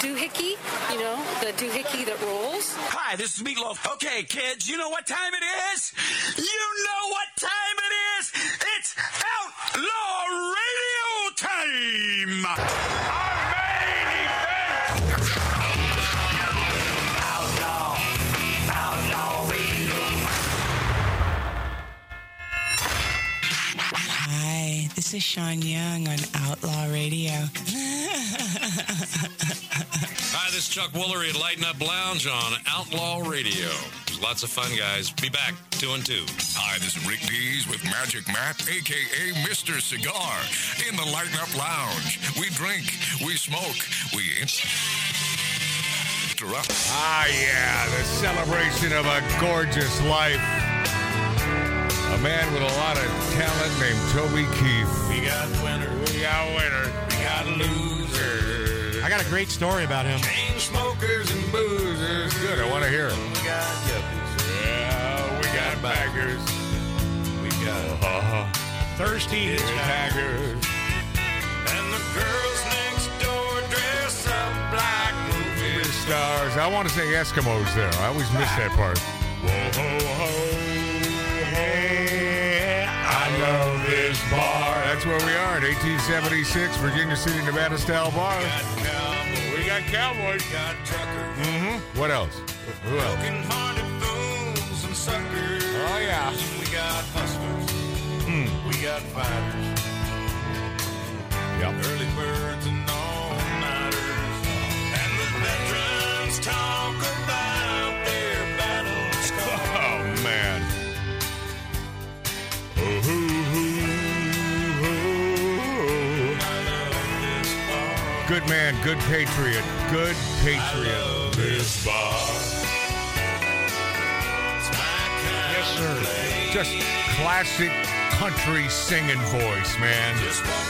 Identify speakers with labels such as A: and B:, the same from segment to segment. A: doohickey, you know, the doohickey that rolls.
B: Hi, this is Meatloaf. Okay, kids, you know what time it is? You know what time it is? It's Outlaw Radio time! Our main event! Outlaw! Outlaw Radio!
C: Hi, this is Sean Young on Outlaw Radio.
D: Hi, this is Chuck Woolery at Lighten Up Lounge on Outlaw Radio. Lots of fun, guys. Be back, two and two.
E: Hi, this is Rick Dees with Magic Matt, aka Mr. Cigar, in the Lighten Up Lounge. We drink, we smoke, we interrupt.
F: Ah, yeah, the celebration of a gorgeous life. A man with a lot of talent named Toby Keith.
G: We got winners,
F: We got a winner.
G: we got losers.
H: I got a great story about him.
G: Chain smokers and
F: This
G: boozers.
F: is good. I want to hear it.
G: We got yuppies.
F: Yeah, we got baggers.
G: We got
F: Uh-huh.
H: Thirsty.
F: Baggers.
G: and the girls next door dress up like movie
F: Stars. I want to say Eskimos there. I always miss that part. Whoa, ho, ho. Hey, I love this bar. That's where we are at 1876 Virginia City, Nevada style bar.
G: got cowboy,
F: We got cowboys.
G: got trucker,
F: Mm-hmm. What else? Who else?
G: broken hearted fools and suckers.
F: Oh, yeah.
G: We got hustlers, we got fighters,
F: Yep.
G: early birds and all nighters, and the veterans talk about their battle scars.
F: Oh man. Good man, good patriot, good patriot. This
G: Yes,
H: sir.
F: Just classic country singing voice, man.
G: Just walking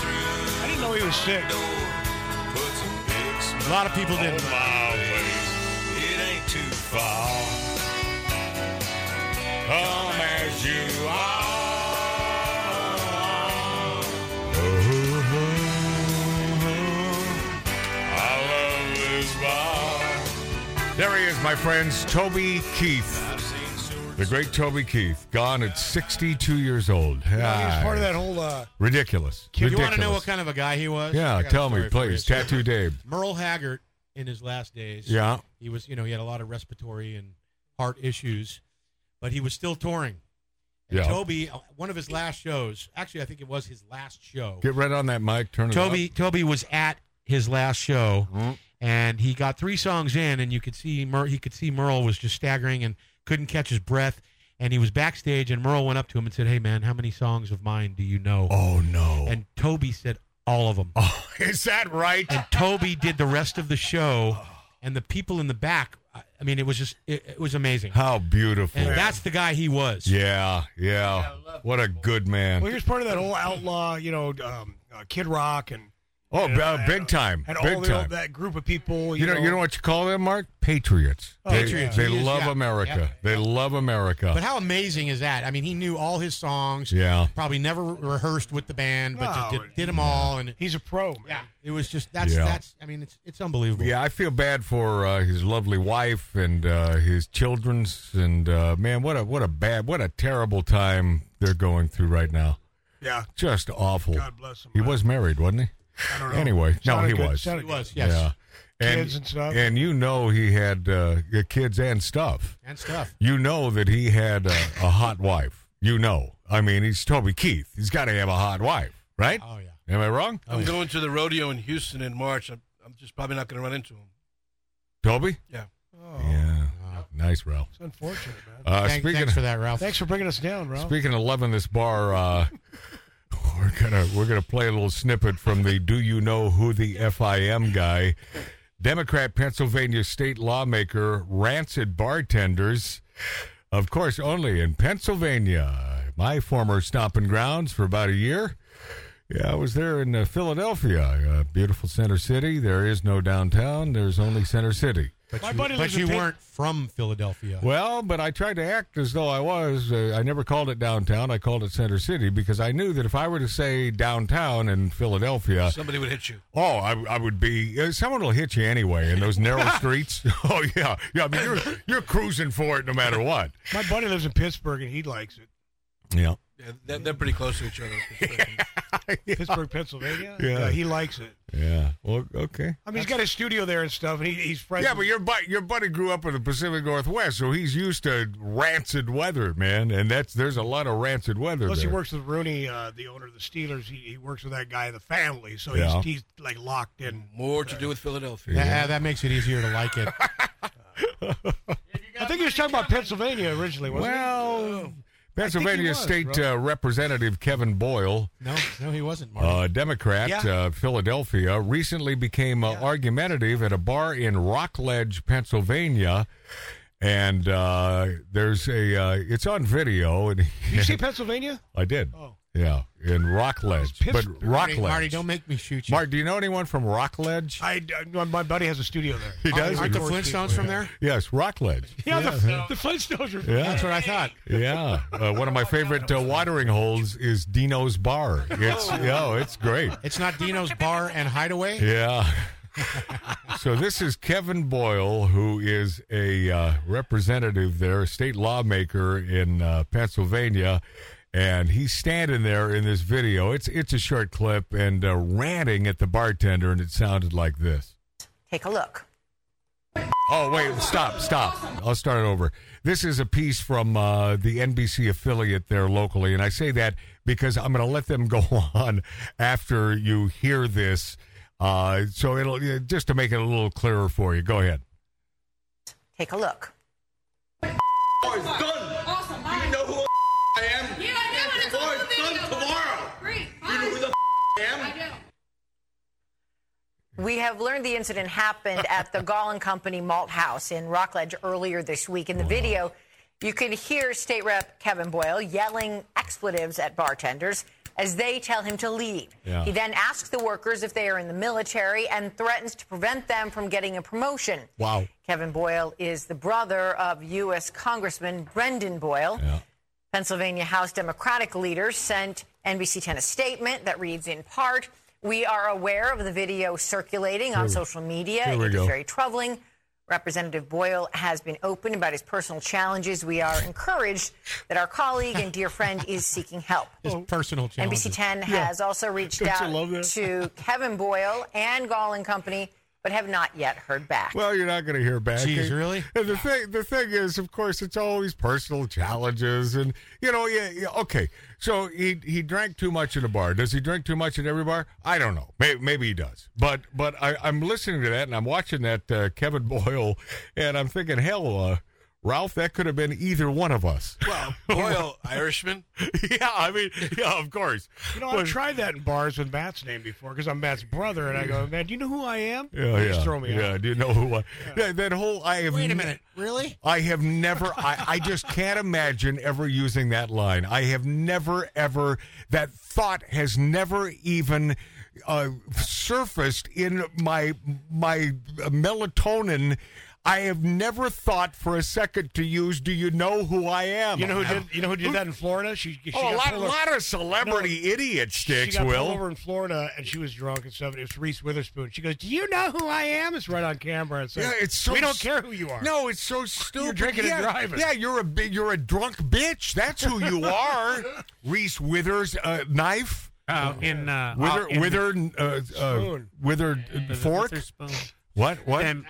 G: through
H: I didn't know he was sick.
G: the door, put some big
H: A
G: smile
H: lot of people didn't.
F: My
G: It ain't too far.
F: come as you are. I love this bar. There he is, my friends, Toby Keith.
G: I've seen sewer
F: The great Toby Keith, gone at 62 years old.
H: He was
F: Ah,
H: part of that whole. Uh,
F: Ridiculous.
H: if you
F: Ridiculous.
H: want to know what kind of a guy he was? I
F: yeah,
H: got a
F: tell me,
H: story for you.
F: please. Tattoo Dave.
H: Merle Haggart in his last days.
F: Yeah.
H: He was, you know, he had a lot of respiratory and heart issues, but he was still touring. And
F: Yeah.
H: Toby, uh, one of his last shows, actually, I think it was his last show.
F: Get right on that mic. Turn it
H: Toby, Toby was at his last show,
F: Mhm.
H: and he got three songs in, and you could see Mer- he could see Merle was just staggering and couldn't catch his breath, and he was backstage, and Merle went up to him and said, "Hey, man, how many songs of mine do you know?"
F: up. Oh, no.
H: And Toby said, "All of them."
F: oh, is that right?
H: and Toby did the rest of the show, and the people in the back. I I mean, it was just it, it was amazing,
F: How beautiful.
H: and that's the guy he was.
F: yeah, yeah. What a good man.
I: Well, he was part of that whole outlaw, you know, um, uh, Kid Rock and
F: Oh,
I: and,
F: uh, big time.
I: and all
F: Big
I: the,
F: time.
I: that group of people. You,
F: You know, you know what you call them, Mark? Patriots.
I: Oh,
F: they,
I: Patriots.
F: They
H: He is,
F: love
H: yeah.
F: America.
H: Yeah.
F: They love America.
H: But how amazing is that? I mean, he knew all his songs.
F: yeah.
H: Probably never re- rehearsed with the band, but just
I: No.
H: did, did them all, and
I: He's a pro. Man.
H: yeah, it was just that's
F: Yeah.
H: that's. I mean, it's it's unbelievable.
F: Yeah, I feel bad for uh, his lovely wife and uh, his children's and uh, man, what a what a bad, what a terrible time they're going through right now.
I: Yeah.
F: Just awful.
I: God bless him.
F: He
I: man.
F: was married, wasn't he?
I: I don't know.
F: Anyway, no,
I: Sounded
F: he
I: good.
F: was.
I: Sounded
H: it was.
I: good.
H: Yes,
F: Yeah, and
I: Kids and stuff.
F: and you know he had uh, kids and stuff.
H: and stuff.
F: You know that he had a, a hot wife. You know, I mean, he's Toby Keith. He's got to have a hot wife, right?
H: Oh yeah.
F: Am I wrong,
H: Oh,
J: I'm
H: yeah.
J: going to the rodeo in Houston in March. I'm, I'm just probably not going to run into him.
F: Toby?
I: Oh,
F: Yeah, nice, Ralph.
I: It's unfortunate, man.
F: Uh,
H: Thank-
F: speaking
H: thanks for that, Ralph.
I: Thanks for bringing us down, Ralph.
F: Speaking of loving this bar, uh, we're gonna we're gonna play a little snippet from the "Do You Know Who the FIM Guy?" Democrat Pennsylvania state lawmaker rants at bartenders, of course, only in Pennsylvania. My former stomping grounds for about a year. Yeah, I was there in uh, Philadelphia, uh, beautiful center city. There is no downtown. There's only center city.
H: But
I: My
H: you,
I: buddy
H: but
I: lives in
H: you
I: Pit-
H: weren't from Philadelphia.
F: Well, but I tried to act as though I was. Uh, I never called it downtown. I called it Center City because I knew that if I were to say downtown in Philadelphia,
J: Somebody would hit you.
F: oh, I, I would be. Uh, someone will hit you anyway in those narrow streets. Oh yeah, yeah. I mean, you're you're cruising for it no matter what.
I: My buddy lives in Pittsburgh and he likes it.
F: Yeah.
J: Yeah, they're, they're pretty close to each other.
I: Pittsburgh, Pennsylvania.
F: Yeah.
I: he likes it.
F: Yeah. Well, okay.
I: I mean, he's got his studio there and stuff, and he, he's friends.
F: Yeah, but your buddy, your buddy grew up in the Pacific Northwest, so he's used to rancid weather, man. And that's there's a lot of rancid weather.
I: Plus,
F: there.
I: he works with Rooney, uh, the owner of the Steelers. He, he works with that guy, in the family, so
F: Yeah.
I: he's, he's like locked in.
J: More to do with Philadelphia.
H: Yeah, that makes it easier to like it.
I: I think he was talking about Pennsylvania originally, wasn't
F: Well, Pennsylvania
I: was,
F: State
I: bro.
F: uh, Representative Kevin Boyle,
H: No, no, he wasn't, Mark.
F: uh, Democrat,
I: Yeah.
F: uh, Philadelphia, recently became uh, argumentative at a bar in Rockledge, Pennsylvania. And uh, there's a, uh, it's on video. And
I: he? You see Pennsylvania?
F: I did.
I: Oh.
F: Yeah, in Rockledge. But
I: Pittsburgh.
F: Rockledge.
H: Marty, don't make me shoot you.
F: Mark, do you know anyone from Rockledge?
I: I, I- my buddy has a studio there.
F: He does?
H: Aren't the Flintstones from there?
F: Yes, Rockledge.
I: Yeah, The, the Flintstones are.
F: Yeah.
H: That's what I thought.
F: Yeah, uh, one of my favorite uh, watering holes is Dino's Bar. It's oh, it's great.
H: It's not Dino's Bar and Hideaway.
F: Yeah. so this is Kevin Boyle, who is a uh, representative there, a state lawmaker in uh, Pennsylvania, and he's standing there in this video. It's it's a short clip and uh, ranting at the bartender, and it sounded like this.
K: Take a look.
F: Oh wait, stop, stop. I'll start over. This is a piece from uh, the NBC affiliate there locally, and I say that because I'm going to let them go on after you hear this, uh, so it'll just to make it a little clearer for you. Go ahead.
K: Take a look.
B: Boy's done.
G: Awesome.
B: You know who I am?
G: Yeah, I know, and it's on
B: Boy's
G: the video.
B: done tomorrow.
G: Great.
B: You know who the I am?
G: I do.
K: We have learned the incident happened at the Gall and Company Malt House in Rockledge earlier this week. In the video, you can hear State Rep Kevin Boyle yelling expletives at bartenders as they tell him to leave.
F: Yeah.
K: He then asks the workers if they are in the military and threatens to prevent them from getting a promotion.
F: Wow.
K: Kevin Boyle is the brother of U.S. Congressman Brendan Boyle.
F: Yeah.
K: Pennsylvania House Democratic leaders sent NBC 10 a statement that reads in part We are aware of the video circulating on social media.
F: here
K: It
F: we
K: is
F: go.
K: very troubling. Representative Boyle has been open about his personal challenges. We are encouraged that our colleague and dear friend is seeking help.
H: His personal challenges.
K: NBC 10 has also reached
F: Don't you love
K: out
F: that?
K: to Kevin Boyle and Gall and Company, but have not yet heard back.
F: Well, you're not going to hear back.
H: Jeez, really?
F: And the thing, the thing is, of course, it's always personal challenges, and you know, yeah, yeah, okay. So he he drank too much in a bar. Does he drink too much in every bar? I don't know. Maybe, maybe he does. But but I, I'm listening to that, and I'm watching that uh, Kevin Boyle, and I'm thinking, hell, uh, Ralph, that could have been either one of us.
J: Well, Boyle, Irishman.
F: yeah, I mean, yeah, of course.
I: You know, I've tried that in bars with Matt's name before because I'm Matt's brother, and I go, man, do you know who I am?
F: Yeah,
I: They
F: yeah,
I: just throw me
F: yeah.
I: out.
F: Do you know who? I, that, that whole I have.
H: Wait a
F: ne-
H: minute, really?
F: I have never, I, I just can't imagine ever using that line. I have never, ever, that thought has never even uh, surfaced in my, my melatonin. I have never thought for a second to use, do you know who I am?
I: You know who did? You know who did that in Florida? She, she
F: Oh, a
I: got
F: lot,
I: pulled over-
F: lot of celebrity idiot
I: she
F: sticks,
I: got
F: Will.
I: pulled over in Florida, and she was drunk and stuff. and It was Reese Witherspoon. She goes, "Do you know who I am?" It's right on camera. It's like,
F: Yeah, it's so
I: we don't
F: s-
I: care who you are.
F: No, it's so stupid.
I: drinking
F: yeah,
I: and driving.
F: Yeah, you're a bi- you're a drunk bitch. That's who you are. Reese Withers uh, knife.
L: Uh, in uh,
F: Wither,
L: uh, in
F: wither, uh, uh,
I: Spoon.
F: wither
L: the,
F: fork.
L: The, spoon.
F: What? What?
L: And,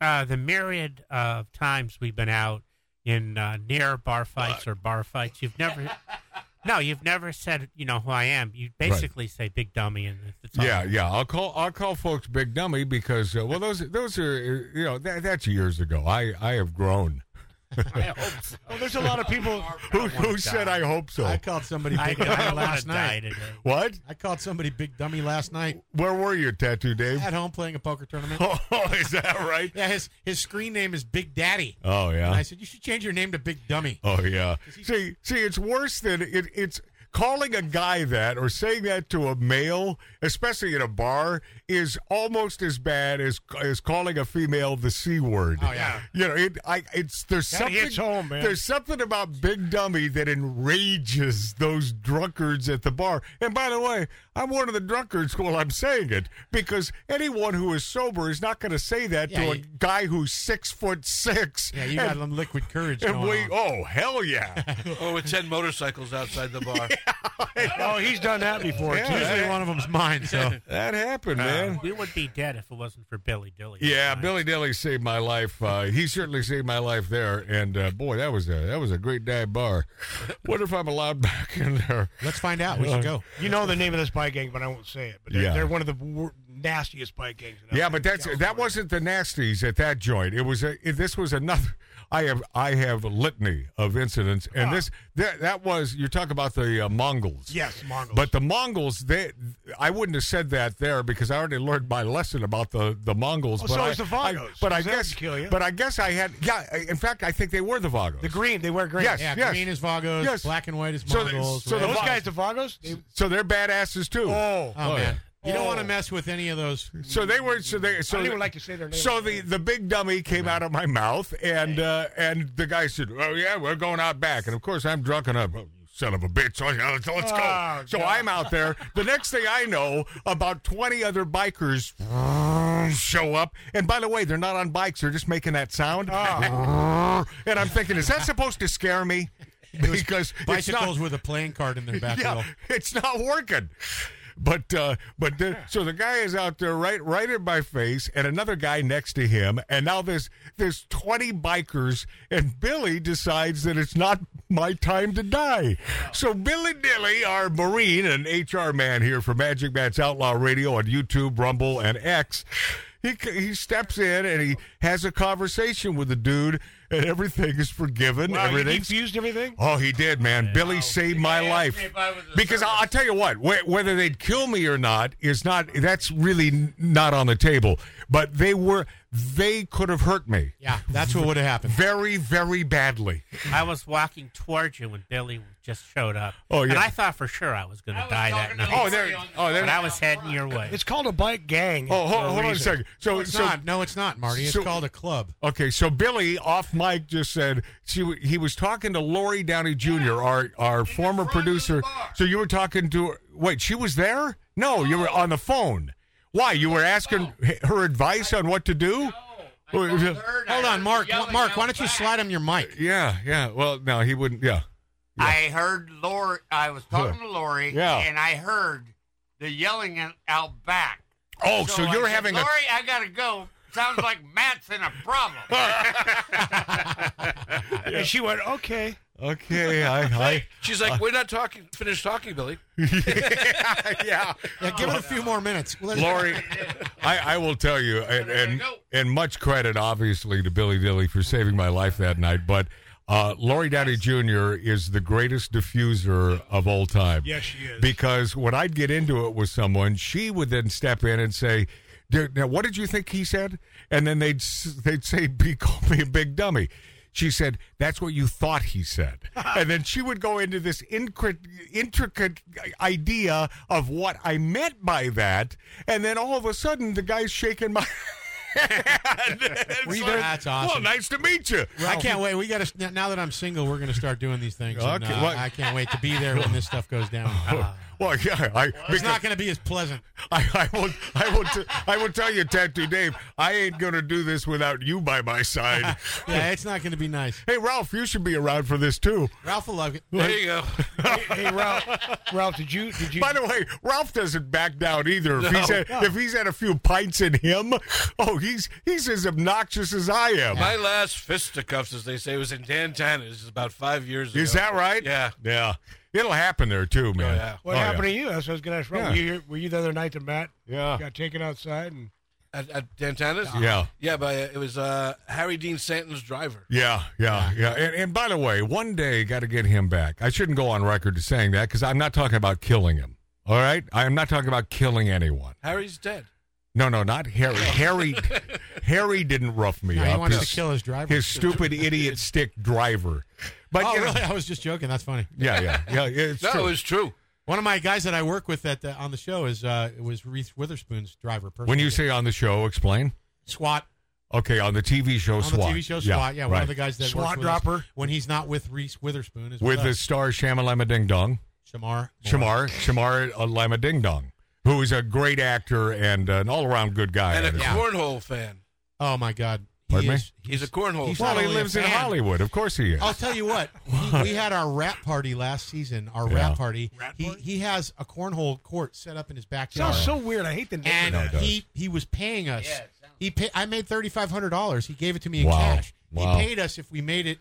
L: uh, the myriad of times we've been out in uh, near bar fights or bar fights, you've never. No, you've never said you know who I am. You basically say big dummy, and it's all-
F: yeah, yeah. I'll call. I'll call folks big dummy because uh, well, those those are uh, you know that, that's years ago. I I have grown.
I: Well, there's a lot of people.
F: Who who said I hope so?
H: I called somebody
L: I,
H: big dummy
L: I want
H: last
L: to die
H: night.
L: today.
F: What?
H: I called somebody big dummy last night
F: Where were you, Tattoo Dave?
H: at home playing a poker tournament.
F: Oh, is that right?
H: Yeah, his his screen name is Big Daddy.
F: Oh yeah.
H: And I said you should change your name to Big Dummy.
F: Oh yeah. See, see, it's worse than it. It's calling a guy that or saying that to a male, especially in a bar, is almost as bad as as calling a female the c word.
I: Oh, yeah.
F: you know it. I it's there's
I: That
F: something
I: hits home, man.
F: there's something about Big Dummy that enrages those drunkards at the bar. And by the way, I'm one of the drunkards while I'm saying it because anyone who is sober is not going to say that
H: Yeah,
F: to a
H: you-
F: guy who's six foot six.
H: Yeah, you
F: and-
H: got them liquid courage
F: and
H: going
F: we,
H: on.
F: oh hell yeah!
J: oh, with ten motorcycles outside the bar.
I: oh, he's done that before.
H: It's usually one of them's mine. So
F: that happened, man.
L: We would be dead if it wasn't for Billy Dilly.
F: Yeah, Billy Dilly saved my life. Uh, he certainly saved my life there, and uh, boy, that was a that was a great dive bar. Wonder if I'm allowed back in there.
H: Let's find out.
F: We should go.
I: You know the name of this bike gang, but I won't say it. But they're,
F: Yeah.
I: they're one of the wor- nastiest bike gangs. in
F: Yeah, but that's that wasn't the nasties at that joint. It was a, it, this was another. I have I have a litany of incidents, and this that that was you talk about the uh, Mongols.
I: Yes, Mongols.
F: But the Mongols, they I wouldn't have said that there because I already learned my lesson about the the Mongols.
I: Oh,
F: but
I: so
F: I,
I: it's the
F: I-
I: Vagos.
F: but I
I: Does that
F: guess
I: kill you?
F: but I guess I had yeah. I- In fact, I think they were the Vagos.
I: The green, they wear green.
F: Yes,
H: yeah,
F: yes.
H: green is Vagos,
F: Yes.
H: black and white is
F: So the-
H: Mongols.
F: so the
H: red-
I: Those
F: Vagos-
I: guys, the Vagos, they,
F: so they're badasses too.
I: Oh.
H: Oh, man. You don't
I: Oh.
H: want to mess with any of those.
F: So they were. So they. So
I: I don't even
F: the-
I: like to say their name.
F: So the the big dummy came out of my mouth, and uh, and the guy said, "Oh yeah, we're going out back." And of course, I'm drunk enough. Oh, you son of a bitch! Oh, yeah, let's, let's go.
I: Oh,
F: so
I: God.
F: I'm out there. The next thing I know, about 20 other bikers show up. And by the way, they're not on bikes; they're just making that sound.
I: Oh.
F: And I'm thinking, is that supposed to scare me? Because it's not,
H: Bicycles with a playing card in their back
F: yeah,
H: wheel.
F: it's not working. But uh, but the, so the guy is out there right right in my face, and another guy next to him, and now there's there's twenty bikers, and Billy decides that it's not my time to die. So Billy Dilly, our Marine and HR man here for Magic Matt's Outlaw Radio on YouTube, Rumble, and X, he c- he steps in and he has a conversation with the dude, and everything is forgiven.
I: wow, you
F: everything's
I: defused everything.
F: Oh, he did, man. Billy saved my life. because I, I'll tell you what, wh- whether they'd kill me or not is not, that's really n- not on the table. But they were, they could have hurt me
H: Yeah, that's what would have happened.
F: very, very badly.
L: I was walking towards you when Billy just showed up.
F: Oh, yeah.
L: And I thought for sure I was going to die that night.
F: Oh, there, oh, there.
L: But I was heading your way.
I: It's called a bike gang.
F: Oh, hold,
I: for
F: hold on a
I: reason.
F: second. So,
H: It's
F: so,
H: not. No, it's not, Marty. It's
F: so-
H: called a club.
F: okay, so Billy off mic just said she w- he was talking to Lori Downey Jr., our our former producer. So you were talking to her. Wait, she was there? No, you were on the phone. Why? You were asking h- her advice on what to do? Or-
H: Hold on, Mark. Mark, why don't you slide him your mic?
F: Yeah, yeah. Well, no, he wouldn't. Yeah.
M: I heard Lori. I was talking to Lori,
F: Yeah.
M: and I heard the yelling in- out back.
F: Oh, so
M: I
F: you're
M: said,
F: having a-
M: Lori, I gotta go. Sounds like Matt's in a problem.
I: And she went, okay.
F: Okay, I, I
J: She's
F: Uh,
J: like, we're not talking. Finish talking, Billy.
F: yeah.
H: Yeah, give it a few more minutes. Let-
F: Lori, I, I will tell you, and, and and much credit, obviously, to Billy Dilly for saving my life that night. But uh, Lori Downey Jr. is the greatest diffuser of all time.
I: Yes, she is.
F: Because when I'd get into it with someone, she would then step in and say, "Dude, "Now, what did you think he said?" And then they'd s- they'd say, "Be call me a big dummy." She said, "That's what you thought he said," and then she would go into this incri- intricate idea of what I meant by that, and then all of a sudden, the guy's shaking my. hand. It's
H: Were you
F: like,
H: there? That's
F: Well,
H: awesome.
F: nice to meet you.
H: I can't wait. We got to now that I'm single, we're going to start doing these things. and,
F: Okay,
H: uh,
F: what-
H: I can't wait to be there when this stuff goes down. Ah.
F: Well, yeah, I,
H: it's
F: because-
H: not going to be as pleasant.
F: I, I will. I will. T- I will tell you, Tattoo Dave. I ain't gonna do this without you by my side.
H: Yeah, it's not going to be nice.
F: hey, Ralph, you should be around for this too.
H: Ralph will love it.
J: There you go.
I: Hey, Ralph, Ralph, did you did you
F: By the way, Ralph doesn't back down either. If he's had, if he's had a few pints in him, oh, he's he's as obnoxious as I am.
J: My last fisticuffs, as they say, was in Dantana. This is about five years ago.
F: Is that right?
J: Yeah.
F: Yeah. It'll happen there too, man.
J: yeah.
I: What
F: Oh,
I: happened
F: yeah.
I: to you? That's what I was going to ask. Rob.
F: Yeah.
I: Were, you here, were you the other night that Matt
F: Yeah.
I: got taken outside? And
J: At, at Dantana's?
F: Yeah.
J: Yeah, but uh, it was uh, Harry Dean Stanton's driver.
F: Yeah, yeah, yeah. And, and by the way, one day got to get him back. I shouldn't go on record saying that because I'm not talking about killing him. All right, I am not talking about killing anyone.
J: Harry's dead. Oh.
F: No, no, not Harry. Harry, Harry didn't rough me
H: No,
F: up.
H: he wants to kill his driver.
F: his stupid idiot stick driver. But
H: oh,
F: you know-
H: really? I was just joking. That's funny.
F: Yeah, yeah, yeah, yeah, it's No, true. it's
H: true. One of my guys that I work with at the, on the show is uh, was Reese Witherspoon's driver. Personally.
F: When you say on the show, explain.
H: SWAT.
F: Okay, on the TV show
H: on the
F: SWAT.
H: TV show SWAT, yeah, one
F: right.
H: of the guys that works with us when he's not with Reese Witherspoon is with,
F: with the
H: us.
F: star Shamalama Ding Dong.
H: Shamar.
F: Shamar, Shamar uh, Lama Ding Dong, who is a great actor and uh, an all around good guy.
J: and a
F: honestly.
J: cornhole fan.
H: Oh my God.
F: Pardon me?
H: is-
J: He's a cornhole.
H: he's
F: Well,
H: not
F: he
H: only a
F: lives in
H: fan. Oh,
F: Hollywood. Of course he is.
H: I'll tell you what. he- we had our rap party last season. Our
F: Yeah.
H: rap party. he he has a cornhole court set up in his backyard.
I: Sounds so weird. I hate the name.
H: and
I: of that.
H: he he was paying us. he pay, I made thirty five hundred dollars. He gave it to me in
F: Wow.
H: cash.
F: Wow.
H: He paid us if we made it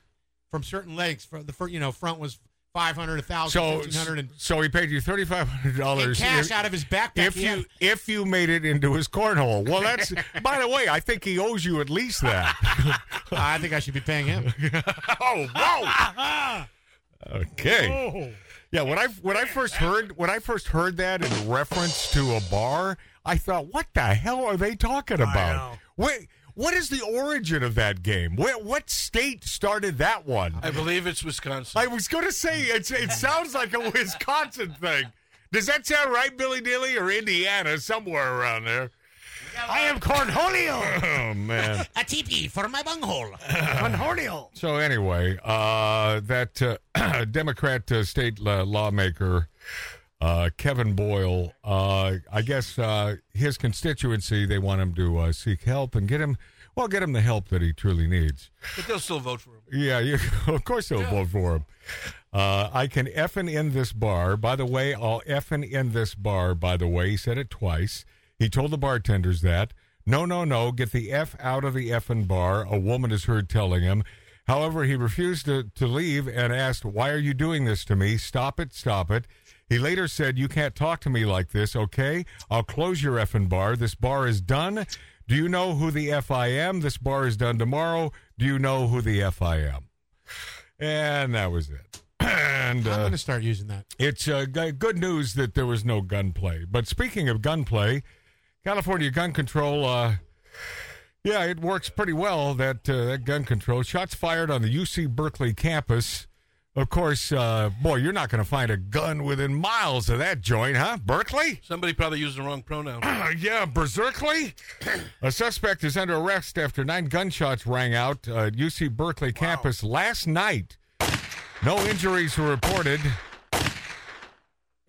H: from certain legs. From the fir- you know front was five hundred, a thousand,
F: so,
H: fifteen hundred, and
F: so he paid you thirty five hundred dollars
H: In cash out of his backpack.
F: If
H: He
F: you
H: had-
F: if you made it into his cornhole, well, that's. by the way, I think he owes you at least that.
H: I think I should be paying him.
F: oh, whoa! okay. Yeah, when I when I first heard when I first heard that in reference to a bar, I thought, what the hell are they talking about? Wait, what is the origin of that game? Where, what state started that one?
J: I believe it's Wisconsin.
F: I was going to say it's, it sounds like a Wisconsin thing. Does that sound right, Billy Dilly, or Indiana, somewhere around there? I am Cornholio. Oh man.
H: A teepee for my bunghole.
I: Cornholio.
F: So anyway, uh, that uh, Democrat uh, state la- lawmaker uh, Kevin Boyle, uh, I guess uh, his constituency they want him to uh, seek help and get him, well, get him the help that he truly needs.
J: But they'll still vote for him.
F: Yeah, you, of course they'll vote for him. Uh, I can effing in this bar. By the way, I'll effing in this bar. By the way, he said it twice. He told the bartenders that. No, no, no. Get the f out of the effing bar. A woman is heard telling him. However, he refused to, to leave and asked, "Why are you doing this to me? Stop it! Stop it!" He later said, "You can't talk to me like this, okay? I'll close your effing bar. This bar is done. Do you know who the f I am? This bar is done tomorrow. Do you know who the f I am?" And that was it. And
H: I'm
F: uh,
H: going to start using that.
F: it's uh, g- good news that there was no gunplay. But speaking of gunplay, California gun control, uh, yeah, it works pretty well. That uh, that gun control shots fired on the UC Berkeley campus. Of course, uh, boy, you're not going to find a gun within miles of that joint, huh? Berkeley?
J: Somebody probably used the wrong pronoun.
F: yeah, berserkly. A suspect is under arrest after nine gunshots rang out uh, at UC Berkeley campus last night. No injuries were reported.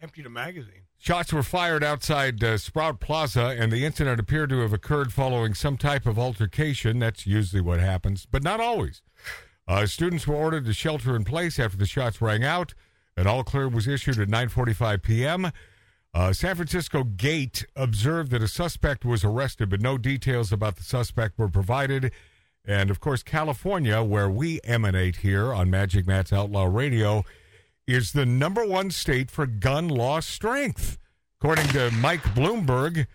I: Emptied a magazine.
F: Shots were fired outside uh, Sprout Plaza, and the incident appeared to have occurred following some type of altercation. That's usually what happens, but not always. Uh, students were ordered to shelter in place after the shots rang out. An all clear was issued at 9:45 p.m. Uh, San Francisco Gate observed that a suspect was arrested, but no details about the suspect were provided. And of course, California, where we emanate here on Magic Matt's Outlaw Radio, is the number one state for gun law strength, according to Mike Bloomberg.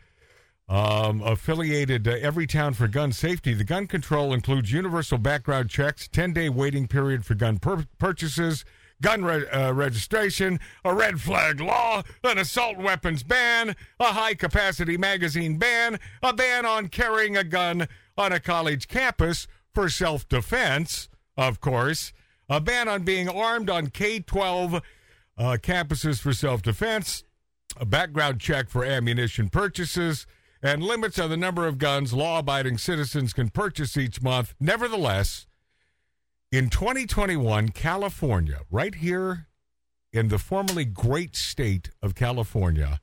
F: Um, affiliated to Every Town for Gun Safety, the gun control includes universal background checks, 10 day waiting period for gun pur- purchases, gun re- uh, registration, a red flag law, an assault weapons ban, a high capacity magazine ban, a ban on carrying a gun on a college campus for self defense, of course, a ban on being armed on K 12 uh, campuses for self defense, a background check for ammunition purchases, and limits on the number of guns law abiding citizens can purchase each month. Nevertheless, in 2021, California, right here in the formerly great state of California,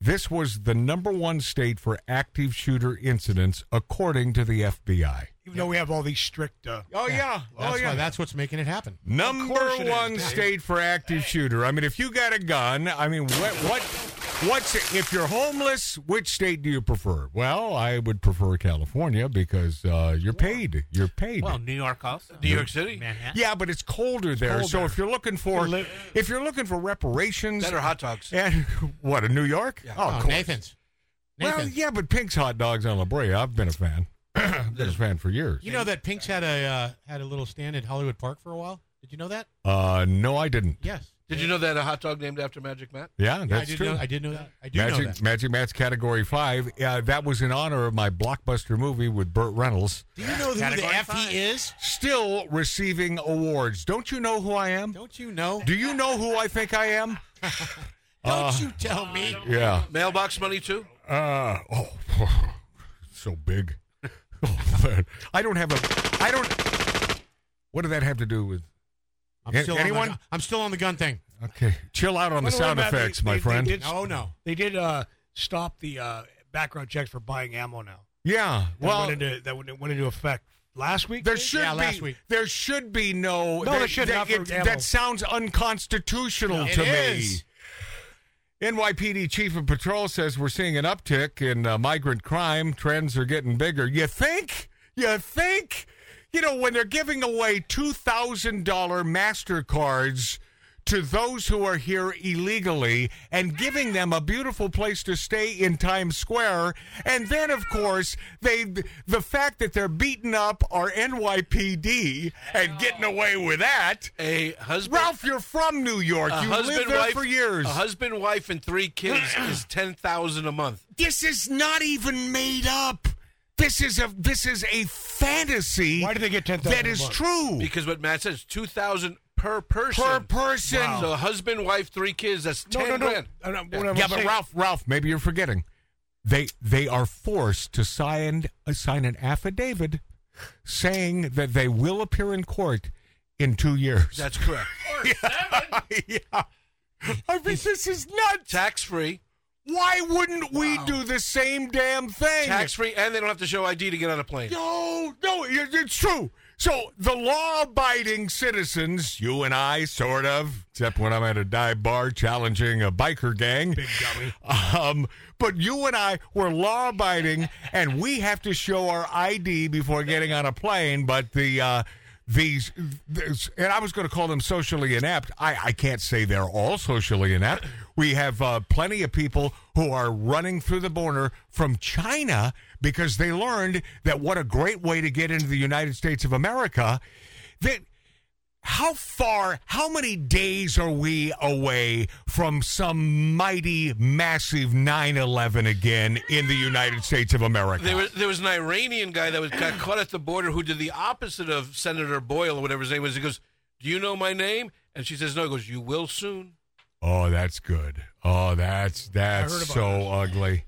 F: this was the number one state for active shooter incidents, according to the FBI.
I: Even though we have all these strict. Uh,
F: oh yeah.
H: That's why- that's what's making it happen.
F: Number
I: course it is,
F: one
I: Dave.
F: state for active shooter. I mean, if you got a gun, I mean, what, what, what's if you're homeless? Which state do you prefer? Well, I would prefer California because uh, you're paid. You're paid.
L: Well, New York also.
F: New York
J: City?
L: Manhattan.
F: yeah, but it's colder there. So
L: colder.
F: if you're looking for if you're looking for reparations,
J: Better hot dogs.
F: And what in New York?
H: Oh,
F: of course.
H: Nathan's.
F: Well,
H: Nathan's.
F: yeah, but Pink's hot dogs on La Brea. I've been a fan. been a fan for years.
H: You know that Pink's had a uh, had a little stand at Hollywood Park for a while. Did you know that?
F: Uh, no, I didn't.
H: Yes.
J: Did you know that a hot dog named after Magic Matt?
F: Yeah, that's
H: I did
F: true.
H: Know, I did know that. I do
F: Magic,
H: know that.
F: Magic Matt's Category 5. Uh, that was in honor of my blockbuster movie with Burt Reynolds.
N: Do you know who the F he is?
F: Still receiving awards. Don't you know who I am? Don't
H: you know?
F: Do you know who I think I am? Uh,
N: tell me.
F: Yeah.
J: Mailbox money too.
F: Uh, oh, so big. Oh, man. I don't have a. I don't. What did that have to do with?
H: I'm
F: A-
H: still On
F: anyone?
H: the, I'm still on the gun thing.
F: okay, chill out on
I: By
F: the
I: way,
F: sound
I: Matt, they-
F: effects,
I: they-
F: my
I: they
F: friend.
I: did-
H: No, no.
I: They did uh, stop the uh, background checks for buying ammo now.
F: Yeah.
I: That
F: Well,
I: went into, that went went into effect last week.
F: There
I: maybe?
F: should be there should be no.
I: No,
F: that,
I: there should not
F: that,
I: for ammo.
F: that sounds unconstitutional
I: No.
F: to
I: It
F: me.
I: is.
F: NYPD Chief of Patrol says we're seeing an uptick in uh, migrant crime. Trends are getting bigger. You think? You think? You know, when they're giving away $2,000 MasterCards to those who are here illegally and giving them a beautiful place to stay in Times Square. And then, of course, they the fact that they're beating up our NYPD and getting away with that.
J: A husband.
F: Ralph, you're from New York.
J: A
F: You lived there
J: wife,
F: for years.
J: A husband, wife, and three kids is ten thousand a month.
F: This is not even made up. This is a this is a fantasy. Why
I: do they get ten
F: thousand? That is true.
J: Because what Matt says, two thousand per person.
F: Per person. Wow.
J: So husband, wife, three kids. That's
F: No,
J: ten
F: no, Uh, no.
J: grand.
I: No, no,
F: yeah, but Ralph, Ralph, maybe you're forgetting. They they are forced to sign uh, sign an affidavit saying that they will appear in court in two years.
J: That's correct.
F: yeah. I mean, this is nuts.
J: Tax free.
F: Why wouldn't we do the same damn thing?
J: Tax free, and they don't have to show ID to get on a plane.
F: No, no, it- it's true. So the law-abiding citizens, you and I, sort of, except when I'm at a dive bar challenging a biker gang. Big dummy. Um, but you and I were law-abiding, and we have to show our ID before getting on a plane. But the uh, these, this- and I was going to call them socially inept. I, I can't say they're all socially inept. We have uh, plenty of people who are running through the border from China because they learned that what a great way to get into the United States of America. That how far, how many days are we away from some mighty, massive 9 11 again in the United States of America?
J: There was, there was an Iranian guy that was got caught at the border who did the opposite of Senator Boyle or whatever his name was. He goes, "Do you know my name?" And she says, "No." He goes, "You will soon."
F: Oh, that's good. Oh, that's
J: heard
F: that's
J: about
F: so ugly.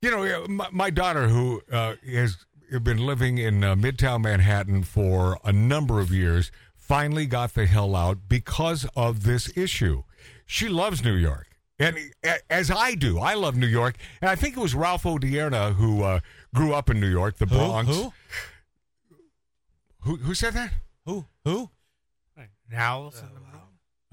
F: You know, yeah, my, my daughter who uh, has been living in uh, Midtown Manhattan for a number of years finally got the hell out because of this issue. She loves New York. And a- as I do, I love New York. And I think it was Ralph Odierna who uh, grew up in New York, the Bronx.
H: Who?
F: Who, who said that?
H: Who? Who?
L: Now,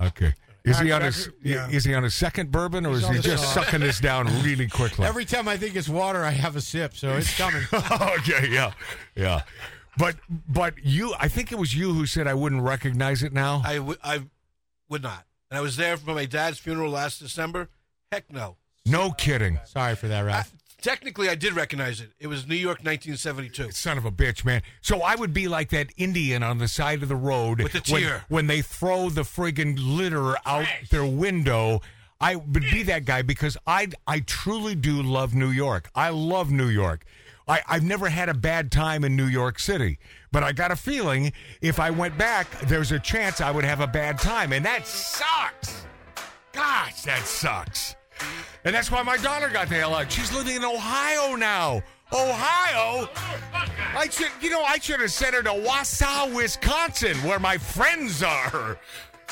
F: Okay. Is he on
H: Doctor-
F: his
H: yeah.
F: is he on his second bourbon or
H: He's
F: is
H: on
F: he
H: his
F: just
H: second.
F: sucking this down really quickly?
H: Every time I think it's water, I have a sip, so it's coming.
F: okay, yeah, yeah. But but you, I think it was you who said I wouldn't recognize it now.
J: I, w- I would not. And I was there for my dad's funeral last December. Heck no.
F: no kidding.
H: Sorry for that, Ralph.
J: Technically, I did recognize it. It was New York, 1972.
F: Son of a bitch, man. So I would be like that Indian on the side of the road
J: With the
F: when,
J: tear.
F: when they throw the friggin' litter out their window. I would be that guy because I I truly do love New York. I love New York. I, I've never had a bad time in New York City, but I got a feeling if I went back, there's a chance I would have a bad time, and that sucks. Gosh, that sucks. And that's why my daughter got the hell out. She's living in Ohio now. Ohio? I should, you know, I should have sent her to Wausau, Wisconsin, where my friends are.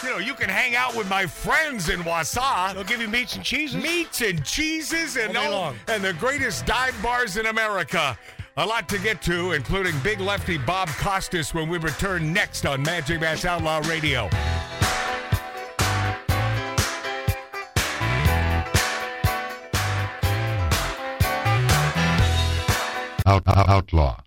F: You know, you can hang out with my friends in Wausau. They'll
I: give you meats and cheeses.
F: Meats and cheeses and
I: All day
F: all-
I: long.
F: and the greatest dive bars in America. A lot to get to, including Big Lefty Bob Costas when we return next on Magic Matt's Outlaw Radio.
O: Out, out, outlaw.